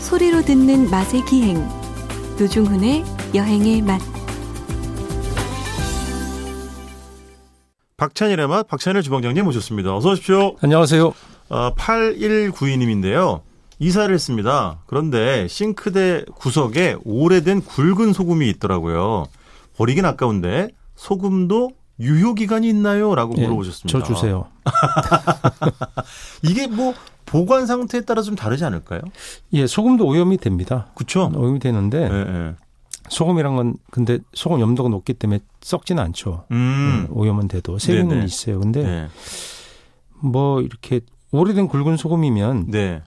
소리로 듣는 맛의 기행 노중훈의 여행의 맛 박찬일의 맛, 박찬일 주방장님 모셨습니다. 어서 오십시오. 안녕하세요. 아, 8192님인데요. 이사를 했습니다. 그런데 싱크대 구석에 오래된 굵은 소금이 있더라고요. 버리긴 아까운데 소금도 유효 기간이 있나요? 라고 예, 물어보셨습니다. 저 주세요. 이게 뭐 보관 상태에 따라 좀 다르지 않을까요? 예, 소금도 오염이 됩니다. 그렇죠? 오염이 되는데 예, 예. 소금이란 건 근데 소금 염도가 높기 때문에 썩지는 않죠. 예, 음. 오염은 돼도 세균은 네네. 있어요. 근데 네. 뭐 이렇게 오래된 굵은 소금이면 네.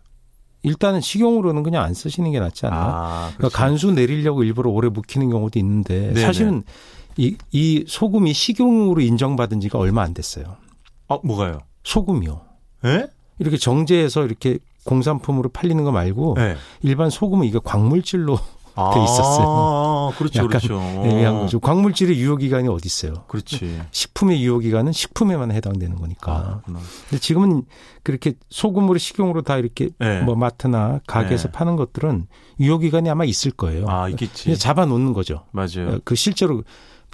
일단은 식용으로는 그냥 안 쓰시는 게 낫지 않나. 아, 그러니까 간수 내리려고 일부러 오래 묵히는 경우도 있는데 네네. 사실은 이, 이 소금이 식용으로 인정받은 지가 얼마 안 됐어요. 아, 뭐가요? 소금이요. 예? 이렇게 정제해서 이렇게 공산품으로 팔리는 거 말고 네. 일반 소금은 이게 광물질로 아, 있었어요. 그렇죠, 약간 그렇죠. 얘기한 거죠. 광물질의 유효 기간이 어디 있어요? 그렇지. 식품의 유효 기간은 식품에만 해당되는 아, 거니까. 그렇구나. 근데 지금은 그렇게 소금으로 식용으로 다 이렇게 네. 뭐 마트나 가게에서 네. 파는 파는 것들은 유효 기간이 아마 있을 거예요. 아, 예. 어, 있겠지. 잡아 놓는 거죠. 맞아요. 그 실제로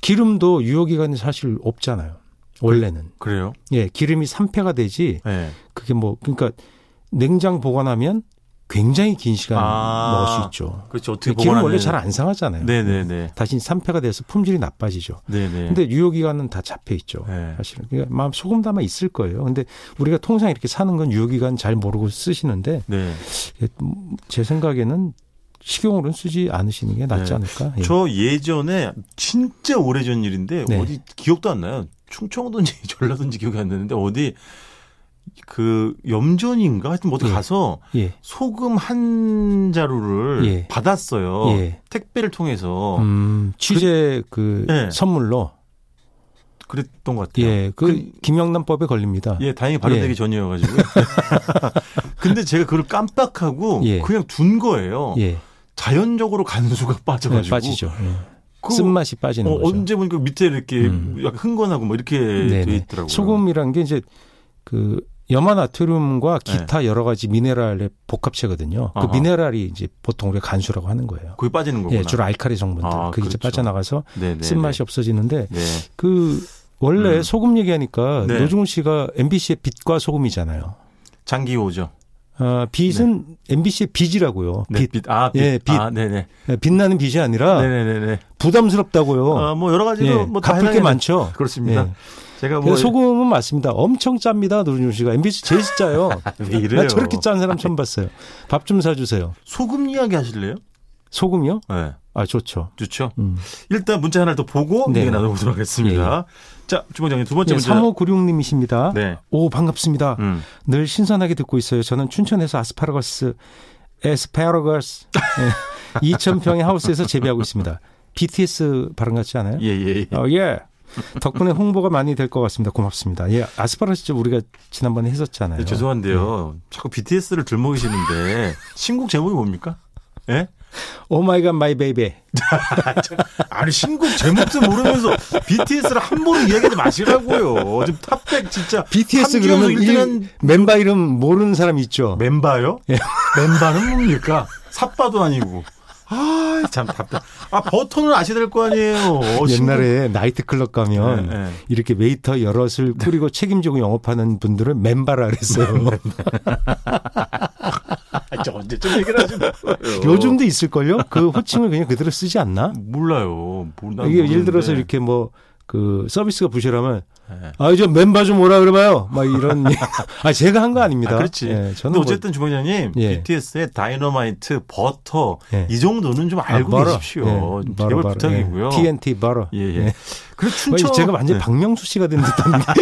기름도 유효 기간이 사실 없잖아요. 원래는. 그래요? 예, 기름이 산패가 되지 예. 그게 뭐 그러니까 냉장 보관하면 굉장히 긴 시간 아. 먹을 수 있죠. 그렇죠. 어떻게 기름 보관하면 원래 잘 안 상하잖아요. 네네네. 다시 산패가 돼서 품질이 나빠지죠. 네네. 근데 유효 기간은 다 잡혀 있죠. 네. 사실은 그러니까 마음 소금 담아 있을 거예요. 근데 우리가 통상 이렇게 사는 건 유효 기간 잘 모르고 쓰시는데 네. 제 생각에는 식용으로는 쓰지 않으시는 게 낫지 네. 않을까. 예. 저 예전에 진짜 오래전 일인데 네. 어디 기억도 안 나요. 충청도인지 전라도인지 기억이 안 나는데 어디 그 염전인가 하여튼 뭐 어디 예. 가서 예. 소금 한 자루를 예. 받았어요. 어. 예. 택배를 통해서 음, 취재 그, 네. 선물로 그랬던 것 같아요. 예, 그 그- 김영란법에 걸립니다. 예, 다행히 발효되기 예. 전이어가지고. 근데 제가 그걸 깜빡하고 예. 그냥 둔 거예요. 예. 자연적으로 간수가 네, 빠져가지고. 빠지죠. 예. 그- 쓴맛이 빠지는 어, 거죠. 언제 보니까 밑에 이렇게 음. 약간 흥건하고 뭐 이렇게 네네. 돼 있더라고요. 소금이란 게 이제 그 염화나트륨과 기타 여러 가지 미네랄의 복합체거든요. 그 예. 아하. 미네랄이 이제 보통 우리가 간수라고 하는 거예요. 거기 빠지는 거구나. 예, 주로 알칼리 성분들. 아, 그게 이제 그렇죠. 빠져나가서 네네. 쓴맛이 없어지는데 네. 그 원래 음. 소금 얘기하니까 네. 노중훈 씨가 MBC의 빛과 소금이잖아요. 장기호죠. 아, 빛은 MBC의 빛이라고요. 네, 빛. 빛. 아, 빛. 예, 빛. 아, 네네. 네, 빛나는 빛이 아니라 네네네네. 부담스럽다고요. 아, 뭐 여러 가지로 어. 예, 뭐다 갚을 게 해당이- 많죠. 그렇습니다. 예. 제가 뭐 그래서 소금은 맞습니다. 엄청 짭니다. 노준준 씨가 MBC 제일 짜요. 왜 이래요? 나 저렇게 짠 사람 처음 봤어요. 밥 좀 사주세요. 소금 이야기 하실래요? 소금요? 네. 아 좋죠. 좋죠. 음. 일단 문자 하나를 더 보고 네. 예, 얘기 나눠보도록 하겠습니다. 자, 주방장님 두 번째 네, 문제. 3596님이십니다. 네. 오 반갑습니다. 음. 늘 신선하게 듣고 있어요. 저는 춘천에서 아스파라거스, 에스파라거스 2,000평의 하우스에서 재배하고 있습니다. BTS 발음 같지 않아요? 예, 예, 예. 어, 예. 덕분에 홍보가 많이 될 것 같습니다. 고맙습니다. 예, 아스파라거스 우리가 지난번에 했었잖아요. 네, 죄송한데요. 자꾸 BTS를 들먹이시는데 신곡 제목이 뭡니까? 예? 오 마이 갓 마이 베이비. 아니 신곡 제목도 모르면서 BTS를 함부로 이야기하지 마시라고요. 지금 탑백 진짜 BTS 함지연수 그러면 일등한 이 멤버 이름 모르는 사람 있죠. 멤버요? 예. 멤버는 뭡니까? 삽바도 아니고. 아, 참 답답. 아, 버터는 아셔야 될 거 아니에요. 어, 옛날에 나이트클럽 가면 네, 네. 이렇게 웨이터 여럿을 꾸리고 책임지고 영업하는 분들은 멤바라 그랬어요. 네, 신곡- 아, 언제쯤 얘기를 하시는 거예요? 요즘도 있을걸요? 그 호칭을 그냥 그대로 쓰지 않나? 몰라요. 모 이게 예를 들어서 이렇게 뭐 그 서비스가 부실하면 네. 아, 이제 멤버 좀 오라 그래봐요. 막 이런. 아, 제가 한 거 아닙니다. 아, 그렇지. 예, 근데 저는 뭐- 어쨌든 주방장님 예. BTS의 다이너마이트, 버터 예. 이 정도는 좀 아, 알고 바로, 계십시오. 예, 바로, 제발 바로, 부탁이고요. 예. TNT 바로. 예, 예. 그리고 춘천 춘천... 제가 완전 네. 히 아, 박명수 씨가 된 듯합니다.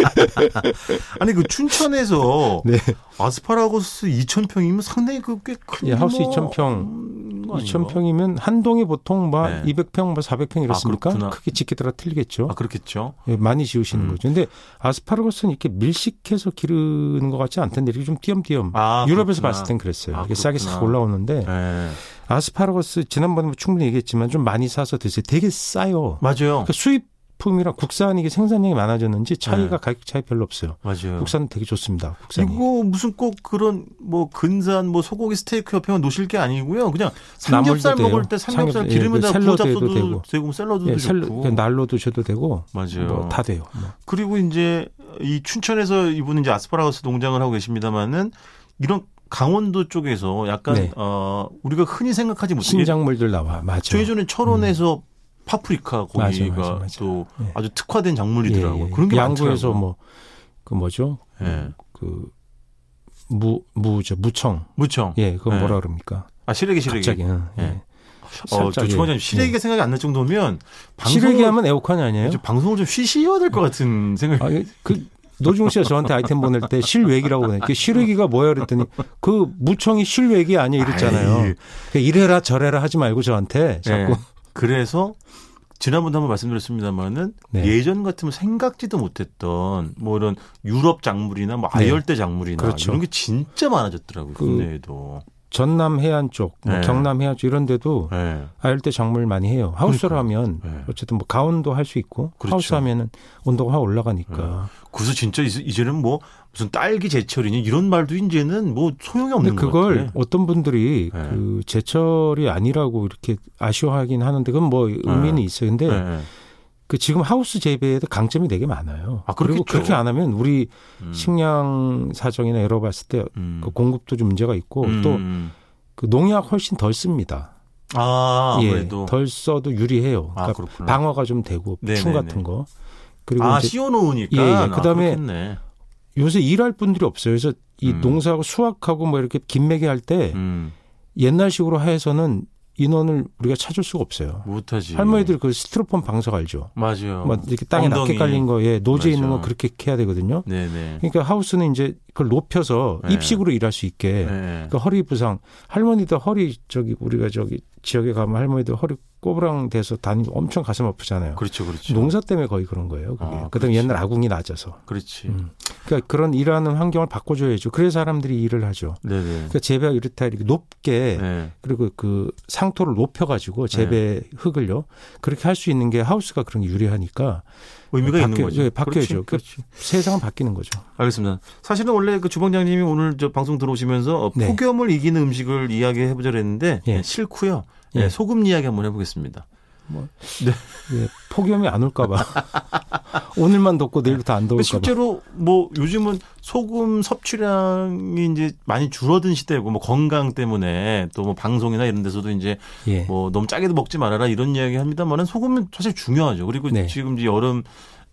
아니 그 춘천에서 네. 아스파라거스 2,000평이면 상당히 그꽤큰 뭐 음, 예, 하우스 2,000평. 2,000평이면 한 동이 보통 막 네. 아, 200평, 뭐 400평 이렇습니까? 그렇구나. 크게 짓기 따라 틀리겠죠. 아 그렇겠죠. 예, 많이 지으시는 음. 거죠. 근데 아스파라거스는 이렇게 밀식해서 기르는 것 같지 않던데 이렇게 좀 띄엄띄엄. 아 유럽에서 그렇구나. 봤을 땐 그랬어요. 아, 이게 싸게 그렇구나. 싹 올라오는데 예. 아스파라거스 지난번에 뭐 충분히 얘기했지만 좀 많이 사서 드세요. 되게 싸요. 맞아요. 그러니까 수입 식품이랑 국산 이게 생산량이 많아졌는지 차이가 네. 가격 차이 별로 없어요. 맞아요. 국산 되게 좋습니다. 국산이. 이거 무슨 꼭 그런 뭐 근사한 뭐 소고기 스테이크 협회만 놓으실 게 아니고요. 그냥 삼겹살 나물도 먹을 돼요. 때 삼겹살 삼겹- 기름에다 예, 그 구워 샐러드에도 잡숴도 되고, 되고. 샐러드도 예, 샐러- 좋고. 그냥 날로 드셔도 되고 맞아요. 뭐 다 돼요. 뭐. 그리고 이제 이 춘천에서 이분은 이제 아스파라거스 농장을 하고 계십니다만은 이런 강원도 쪽에서 약간 네. 어 우리가 흔히 생각하지 못한 신작물들 나와 맞아요. 저희 전에 철원에서 파프리카 음. 맞아, 고기가 맞아, 맞아. 또 예. 아주 특화된 작물이더라고요. 그런 게 양구에서 많더라고요. 뭐 그 뭐죠? 예. 그 무, 무죠 무청. 무청. 예, 그건 예. 뭐라 그럽니까? 아 시래기 시래기. 갑자기. 응, 예. 예. 어, 살짝, 저 예. 주방장님 시래기가 생각이 안 날 정도면 예. 시래기 방송을 하면 에어컨이 아니에요? 좀 방송을 좀 쉬셔야 될 것 같은 생각이. 아, 예, 그 노중 씨가 저한테 아이템 보낼 때 실외기라고 보내. 그 실외기가 뭐야 그랬더니 그 무청이 실외기 아니야 아이. 예, 이랬잖아요. 그 이래라 저래라 하지 말고 저한테 자꾸 예. 그래서 지난번도 한번 말씀드렸습니다만은 네. 예전 같으면 생각지도 못했던 뭐 이런 유럽 작물이나 뭐 아열대 작물이나 네. 그렇죠. 이런 게 진짜 많아졌더라고요. 그- 국내에도. 전남 해안 쪽, 뭐 네. 경남 해안 쪽 이런 데도 예. 아열대 작물 많이 해요. 하우스로 하면 네. 어쨌든 뭐 가온도 할 수 있고 그렇죠. 예. 하우스 하면은 온도가 확 올라가니까. 그래서 진짜 이제- 이제는 뭐 무슨 딸기 제철이니 이런 말도 이제는 뭐 소용이 없는 근데 것 그걸 같아요. 어떤 분들이 네. 그 제철이 아니라고 이렇게 아쉬워하긴 하는데 그건 뭐 의미는 있어요. 근데 예. 그 지금 하우스 재배에도 강점이 되게 많아요. 아, 그리고 그렇겠죠. 그렇게 안 하면 우리 음. 식량 사정이나 여러 봤을 때 그 음. 공급도 좀 문제가 있고 또 음. 그 농약 훨씬 덜 씁니다. 아, 아무래도 예, 덜 써도 유리해요. 아, 그러니까 그렇구나. 방어가 좀 되고 네네네. 충 같은 거. 그리고 아, 이제 씌워 놓으니까 예, 예. 그다음에 네 요새 일할 분들이 없어요. 그래서 이 음. 농사하고 수확하고 뭐 이렇게 긴매개 할 때 음. 옛날식으로 해서는 인원을 우리가 찾을 수가 없어요. 못 하지. 할머니들 그 스티로폼 방석 알죠? 맞아요. 막 이렇게 땅에 예. 어, 엉덩이. 낮게 깔린 거에 예, 노재 있는 거 맞아. 그렇게 해야 되거든요. 네, 네. 그러니까 하우스는 이제 그걸 높여서 네. 입식으로 일할 수 있게 네. 그 허리 부상 할머니도 허리 저기 우리가 저기 지역에 가면 할머니도 허리 꼬부랑 돼서 다니고 엄청 가슴 아프잖아요. 그렇죠, 그렇죠. 농사 때문에 거의 그런 거예요. 그게. 아, 그렇지. 그다음에 옛날 아궁이 낮아서. 그렇지. 음. 그러니까 그런 일하는 환경을 바꿔줘야죠. 그래서 사람들이 일을 하죠. 네네. 그러니까 재배가 이렇다 이렇게 높게 네. 그리고 그 상토를 높여가지고 재배 흙을요 그렇게 할 수 있는 게 하우스가 그런 게 유리하니까 의미가 있는 바뀌- 거죠. 예, 바뀌어야죠. 그렇지, 그렇지. 세상은 바뀌는 거죠. 알겠습니다. 사실은 원래 그 주방장님이 오늘 저 방송 들어오시면서 어, 네. 폭염을 이기는 음식을 이야기해 보자 그랬는데 예. 예, 싫고요. 예. 예, 소금 이야기 한번 해보겠습니다. 예, 폭염이 안 올까봐 오늘만 덥고 내일부터 안 근데 더울까봐. 실제로 뭐 요즘은 소금 섭취량이 이제 많이 줄어든 시대고 뭐 건강 때문에 또 뭐 방송이나 이런 데서도 이제 예. 뭐 너무 짜게도 먹지 말아라 이런 이야기 합니다만은 소금은 사실 중요하죠. 그리고 네. 지금 이제 여름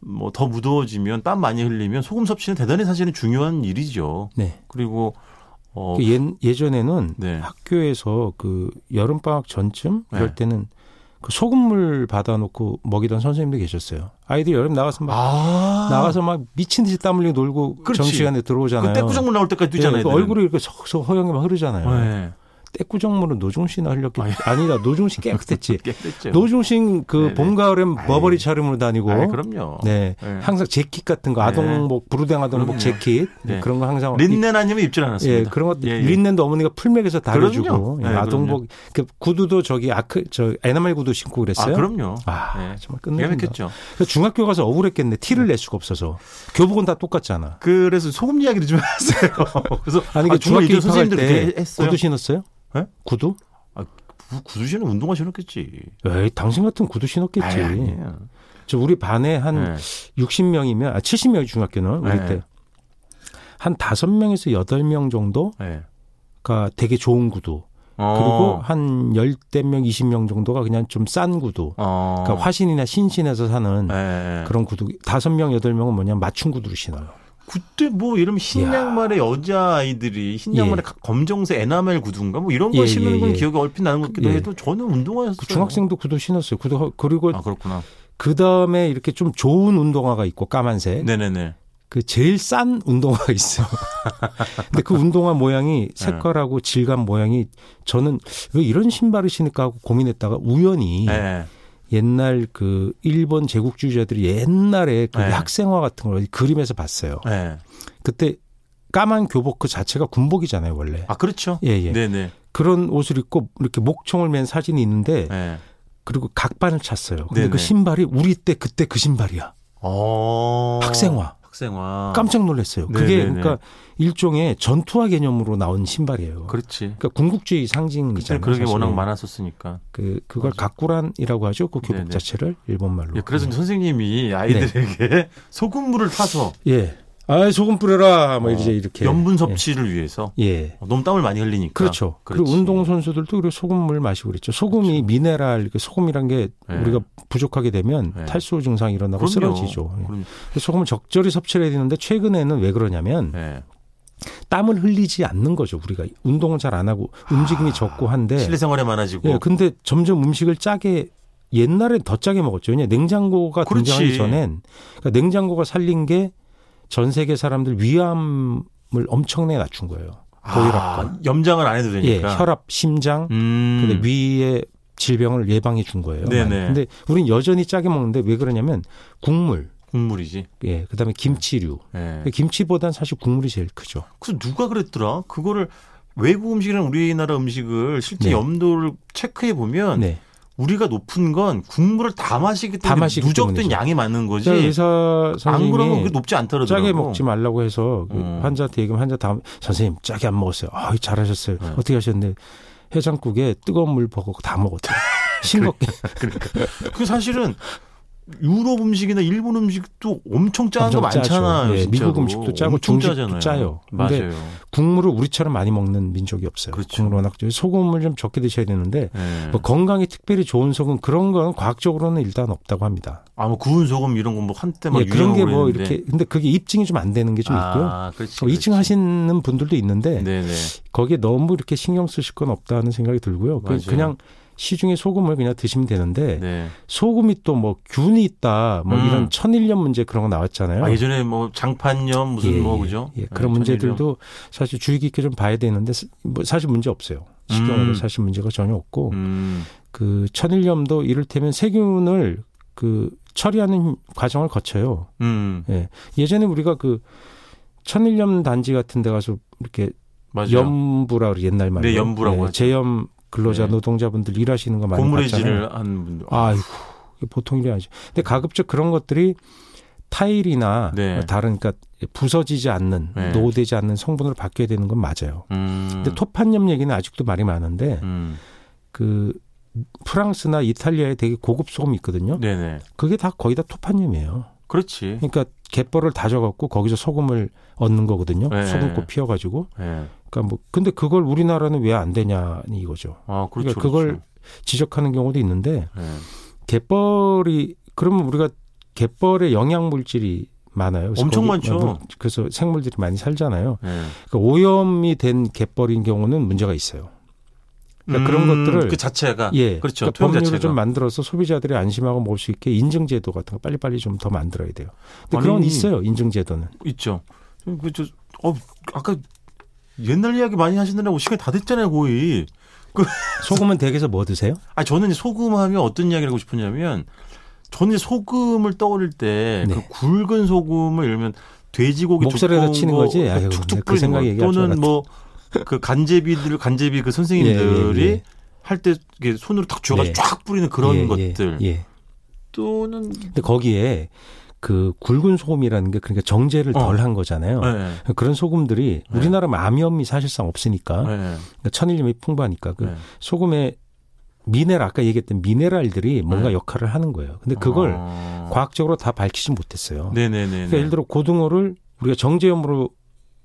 뭐 더 무더워지면 땀 많이 흘리면 소금 섭취는 대단히 사실은 중요한 일이죠. 네. 그리고 어 그 예, 전에는 네. 학교에서 그 여름 방학 전쯤 네. 이럴 때는 그 소금물 받아놓고 먹이던 선생님도 계셨어요. 아이들이 여름 나가서 막 아, 나가서 막 미친 듯이 땀 흘리고 놀고 그렇지. 정시간에 그 들어오잖아요. 떼꾸정물 나올 때까지 뛰잖아요. 예, 그 애들은. 얼굴이 이렇게 석석 허영이 막 흐르잖아요. 네. 떼꾸정물은 노중신이 흘렸기 아니. 아니다. 노중신 깨끗했지. 깨끗죠. 노중신 그 네네. 그렇죠. 봄 가을엔 아이. 머버리 차림으로 다니고 아이, 그럼요. 네. 네. 항상 재킷 같은 거 네. 아동복 뭐 부르댕 그럼요. 아동복 재킷 뭐 네. 그런 거 항상 린넨 아니면 입질 않았습니다. 예, 그런 것 예, 예. 린넨도 어머니가 풀맥에서 다려주고 그럼요. 예, 네, 아동복 그 구두도 저기 아크 저 에나멜 구두 신고 아 그랬어요. 그럼요. 아, 예. 기가 정말 끝내준다. 막혔죠. 그래서 중학교 가서 억울했겠네. 티를 낼 수가 없어서 교복은 다 똑같잖아. 그래서 소금 이야기를 좀 하세요. 그래서 아니 그 아, 중학교 이때 입학할 선생님들 때 그렇게 했어요. 구두 신었어요? 예? 구두? 구두신은 운동화 신었겠지. 에이, 당신 같은 구두 신었겠지. 아이, 아니에요. 저 우리 반에 한 네. 60명이면 아 70명이 중학교는 우리 네. 때 한 5명에서 8명 네. 정도가 되게 좋은 구두. 그리고 어. 한 10대 명, 20명 정도가 그냥 좀 싼 구두. 어. 그러니까 화신이나 신신에서 사는 예, 예. 그런 구두. 다섯 명, 여덟 명은 뭐냐 맞춤 구두를 신어요. 그때 뭐 이런 흰 이야. 양말의 여자 아이들이 흰 양말에 가- 검정색 에나멜 구두인가 뭐 이런 걸 예, 신는 예, 건 예. 기억이 얼핏 나는 것 같기도 예. 해도 저는 운동화였어요. 그 중학생도 구두 신었어요. 구두 허- 그리고 아 그렇구나. 그 다음에 이렇게 좀 좋은 운동화가 있고 까만색. 네네네. 그 제일 싼 운동화가 있어. 요 근데 그 운동화 모양이 색깔하고 질감 모양이 저는 왜 이런 신발을 신을까 하고 고민했다가 우연히 예. 옛날 그 일본 제국주의자들이 옛날에 그 네. 학생화 같은 걸 그림에서 봤어요. 예. 그때 까만 교복 그 자체가 군복이잖아요, 원래. 아 그렇죠. 예, 예. 네네. 그런 옷을 입고 이렇게 목총을 맨 사진이 있는데 예. 그리고 각반을 찼어요. 근데 네네. 그 신발이 우리 때 그때 그 신발이야. 어. 학생화. 학생화. 깜짝 놀랐어요. 그게 네네네. 그러니까 일종의 전투화 개념으로 나온 신발이에요. 그렇지. 그러니까 궁극주의 그때 상징이잖아요. 그런 게 사실은. 워낙 많았었으니까. 그 그걸 가꾸란이라고 하죠. 그 교복 네네. 자체를 일본말로. 예, 그래서 네. 선생님이 아이들에게 소금물을 타서 예. 아, 소금 뿌려라. 뭐 이제 어, 이렇게. 염분 섭취를 위해서 예. 예. 어, 너무 땀을 많이 흘리니까. 그렇죠. 그리고 그렇지. 그렇죠. 운동 선수들도 그리고 소금물 마시고 그랬죠. 소금이 미네랄, 그 소금이란 게 예. 우리가 부족하게 되면 예. 탈수 증상이 일어나고 그럼요. 쓰러지죠. 예. 그럼요. 근데 소금을 적절히 섭취를 해야 되는데 최근에는 왜 그러냐면 예. 땀을 흘리지 않는 거죠. 우리가 운동을 잘 안 하고 움직임이 적고 한데 아, 실내 생활에 많아지고. 네. 예, 근데 점점 음식을 짜게 옛날엔 더 짜게 먹었죠. 왜냐 냉장고가 그렇지. 등장하기 전엔 그러니까 냉장고가 살린 게 전 세계 사람들 위암을 엄청나게 낮춘 거예요. 고혈압과 아, 염장을 안 해도 예, 되니까. 혈압, 심장, 음. 근데 위의 질병을 예방해 준 거예요. 네네. 많이. 근데 우린 여전히 짜게 먹는데 왜 그러냐면 국물, 국물이지. 예, 그다음에 김치류. 예. 김치보단 사실 국물이 제일 크죠. 그래서 누가 그랬더라? 그거를 외국 음식이랑 우리나라 음식을 실제 네. 염도를 체크해 보면 네. 우리가 높은 건 국물을 다 마시기 때문에 다 마시기 누적된 때문이죠. 양이 많은 거지. 의사 안 그러면 선생님이 그게 높지 않더라고요. 짜게 먹지 말라고 해서 그 음. 환자한테 얘기하면 환자 다음 선생님 짜게 안 먹었어요. 아, 잘하셨어요. 네. 어떻게 하셨는데 해장국에 뜨거운 물 버거 다 먹었대요. 싱겁게. 그 사실은 유럽 음식이나 일본 음식도 엄청 짜는 거 엄청 짜죠. 많잖아요. 예, 진짜로. 미국 음식도 짜고 엄청 중식도 짜잖아요. 짜요. 근데 맞아요. 국물을 우리처럼 많이 먹는 민족이 없어요. 그렇죠. 국물 워낙 적- 소금을 좀 적게 드셔야 되는데 예. 뭐 건강에 특별히 좋은 소금 그런 건 과학적으로는 일단 없다고 합니다. 아, 뭐 구운 소금 이런 건 뭐 한때 막 예, 그런 게 뭐 유행으로 이렇게 근데 그게 입증이 좀 안 되는 게 좀 아, 있고요. 그렇지, 뭐 입증 하시는 분들도 있는데 네네. 거기에 너무 이렇게 신경 쓰실 건 없다는 생각이 들고요. 그- 맞아요. 그냥 시중에 소금을 그냥 드시면 되는데 네. 소금이 또 뭐 균이 있다 뭐 음. 이런 천일염 문제 그런 거 나왔잖아요. 아, 예전에 뭐 장판염 무슨 예, 뭐 예, 그죠? 예, 그런 예, 천일염. 문제들도 사실 주의 깊게 좀 봐야 되는데 스- 뭐 사실 문제 없어요. 식경에도 음. 사실 문제가 전혀 없고 음. 그 천일염도 이를테면 세균을 그 처리하는 과정을 거쳐요. 음. 예. 예전에 우리가 그 천일염 단지 같은 데 가서 이렇게 맞아요. 염부라 그래, 옛날 말로 네, 염부라고 하죠. 재염 근로자 네. 노동자분들 일하시는 거 많이 봤잖아요. 고무래질을 한 분들. 아이고 이게 보통 일이 아니죠. 근데 가급적 그런 것들이 타일이나 네. 다른 그러니까 부서지지 않는 네. 노후되지 않는 성분으로 바뀌어야 되는 건 맞아요. 음. 근데 토판염 얘기는 아직도 말이 많은데 음. 그 프랑스나 이탈리아에 되게 고급 소금이 있거든요. 네네. 그게 다 거의 다 토판염이에요. 그렇지. 예. 그러니까 갯벌을 다져갖고 거기서 소금을 얻는 거거든요. 네. 소금꽃 피어가지고. 예. 그러니까 뭐 근데 그걸 우리나라는 왜 안 되냐 이거죠. 아, 그렇죠. 그러니까 그걸 그렇죠. 지적하는 경우도 있는데 예. 갯벌이 그러면 우리가 갯벌에 영양 물질이 많아요. 그래서 엄청 거기- 많죠. 물- 그래서 생물들이 많이 살잖아요. 예. 그러니까 오염이 된 갯벌인 경우는 문제가 있어요. 그러니까 그런 것들을- 그 자체가 예, 그렇죠. 그러니까 토양 법률을 자체가 좀 만들어서 소비자들이 안심하고 먹을 수 있게 인증제도 같은 거 빨리빨리 좀 더 만들어야 돼요. 근데 그런 건 아니, 있어요. 인증제도는. 있죠. 그저 어, 아까 옛날 이야기 많이 하시느라고 시간 이다 됐잖아요, 거의. 소금은 댁에서 뭐 드세요? 아 저는 이제 소금하면 어떤 이야기를 하고 싶었냐면 저는 이제 소금을 떠올릴 때 그 네. 굵은 소금을 예를 들면 돼지고기 목소리에다 두꺼운 치는 거 거지? 이렇게 아이고, 툭툭 그 생각 뿌리는 거. 얘기할 줄 또는 뭐 그 간제비들 간제비 그 선생님들이 예, 예, 예. 할 때 이렇게 손으로 탁 쥐어가지고 네. 쫙 뿌리는 그런 예, 예, 것들 예. 또는 근데 거기에 그 굵은 소금이라는 게 그러니까 정제를 어. 덜 한 거잖아요. 네. 그런 소금들이 네. 우리나라 암염이 사실상 없으니까 네. 그러니까 천일염이 풍부하니까 그 네. 소금의 미네랄 아까 얘기했던 미네랄들이 뭔가 네. 역할을 하는 거예요. 근데 그걸 어. 과학적으로 다 밝히지 못했어요. 네네네. 그러니까 예를 들어 고등어를 우리가 정제염으로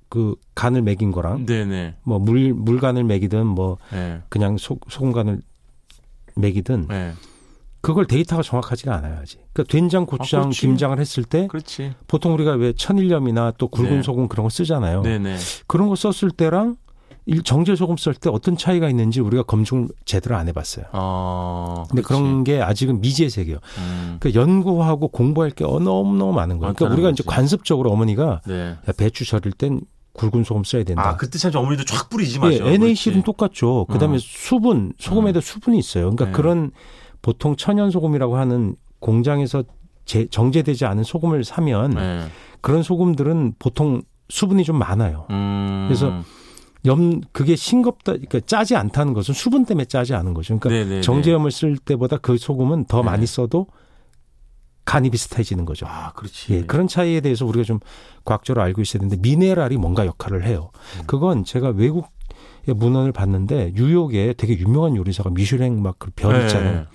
그 간을 먹인 거랑 네네. 뭐 물 물간을 먹이든 뭐 네. 그냥 소, 소금간을 먹이든 네. 그걸 데이터가 정확하지가 않아요 아직. 그러니까 된장, 고추장, 아, 그렇지. 김장을 했을 때 그렇지. 보통 우리가 왜 천일염이나 또 굵은 네. 소금 그런 거 쓰잖아요. 네네. 그런 거 썼을 때랑 일- 정제 소금 쓸 때 어떤 차이가 있는지 우리가 검증을 제대로 안 해봤어요. 어. 근데 그렇지. 그런 게 아직은 미지의 세계예요. 음. 그 연구하고 공부할 게 어- 너무너무 많은 거예요. 그러니까 많다는 우리가 이제 아, 거지. 관습적으로 어머니가 네. 야, 배추 절일 땐 굵은 소금 써야 된다. 아 그때 참 어머니도 쫙 뿌리지 예, 마죠. NAC는 똑같죠. 그다음에 어. 수분 소금에도 수분이 있어요. 그러니까 네. 그런 보통 천연 소금이라고 하는 공장에서 제- 정제되지 않은 소금을 사면 네. 그런 소금들은 보통 수분이 좀 많아요. 음. 그래서 염 그게 싱겁다 그러니까 짜지 않다는 것은 수분 때문에 짜지 않은 거죠. 그러니까 네네네. 정제염을 쓸 때보다 그 소금은 더 네. 많이 써도 간이 비슷해지는 거죠. 아, 그렇지. 예, 그런 차이에 대해서 우리가 좀 과학적으로 알고 있어야 되는데 미네랄이 뭔가 역할을 해요. 음. 그건 제가 외국 의 문헌을 봤는데 뉴욕에 되게 유명한 요리사가 미슐랭 막별 네, 있잖아요. 어.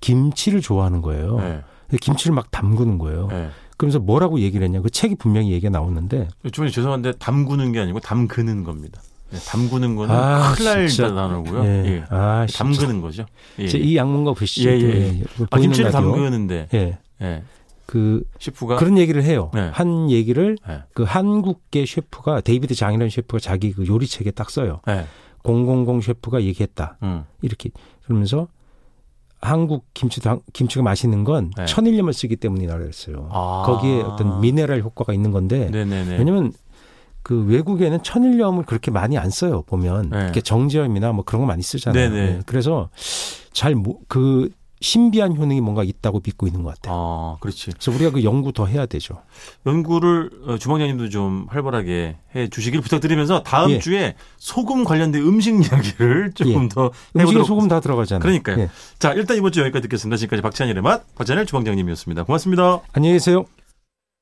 김치를 좋아하는 거예요. 네, 근데 김치를 막 담그는 거예요. 네. 그러면서 뭐라고 얘기를 했냐. 그 책이 분명히 얘기가 나오는데 주머니 죄송한데 담그는 게 아니고 담그는 겁니다. 네, 담그는 거는 아, 큰일 날 진짜. 단어고요. 예. 예. 아, 진짜. 담그는 거죠. 예. 이제 이 양문과 보시죠. 예, 예, 예. 보이는 아, 김치를 라디오. 담그는데 예. 예. 그 셰프가 그런 얘기를 해요. 네. 한 얘기를 예. 그 한국계 셰프가 데이비드 장이라는 셰프가 자기 그 요리 책에 딱 써요. 예. 000 셰프가 얘기했다. 음. 이렇게 그러면서 한국 김치 김치가 맛있는 건 네. 천일염을 쓰기 때문이라고 그랬어요. 아. 거기에 어떤 미네랄 효과가 있는 건데 네, 네, 네. 왜냐면 그 외국에는 천일염을 그렇게 많이 안 써요 보면 네. 이렇게 정제염이나 뭐 그런 거 많이 쓰잖아요. 네네. 예, 그래서 잘 그 신비한 효능이 뭔가 있다고 믿고 있는 것 같아요. 아, 그렇지. 그래서 우리가 그 연구 더 해야 되죠. 연구를 어, 주방장님도 좀 활발하게 해 주시길 부탁드리면서 다음 예. 주에 소금 관련된 음식 이야기를 조금 예. 더 음식에 해보도록 소금 다 들어가잖아요. 그러니까요. 예. 자, 일단 이번 주 여기까지 듣겠습니다. 지금까지 박찬일의 맛, 박찬일 주방장님이었습니다. 고맙습니다. 안녕히 계세요.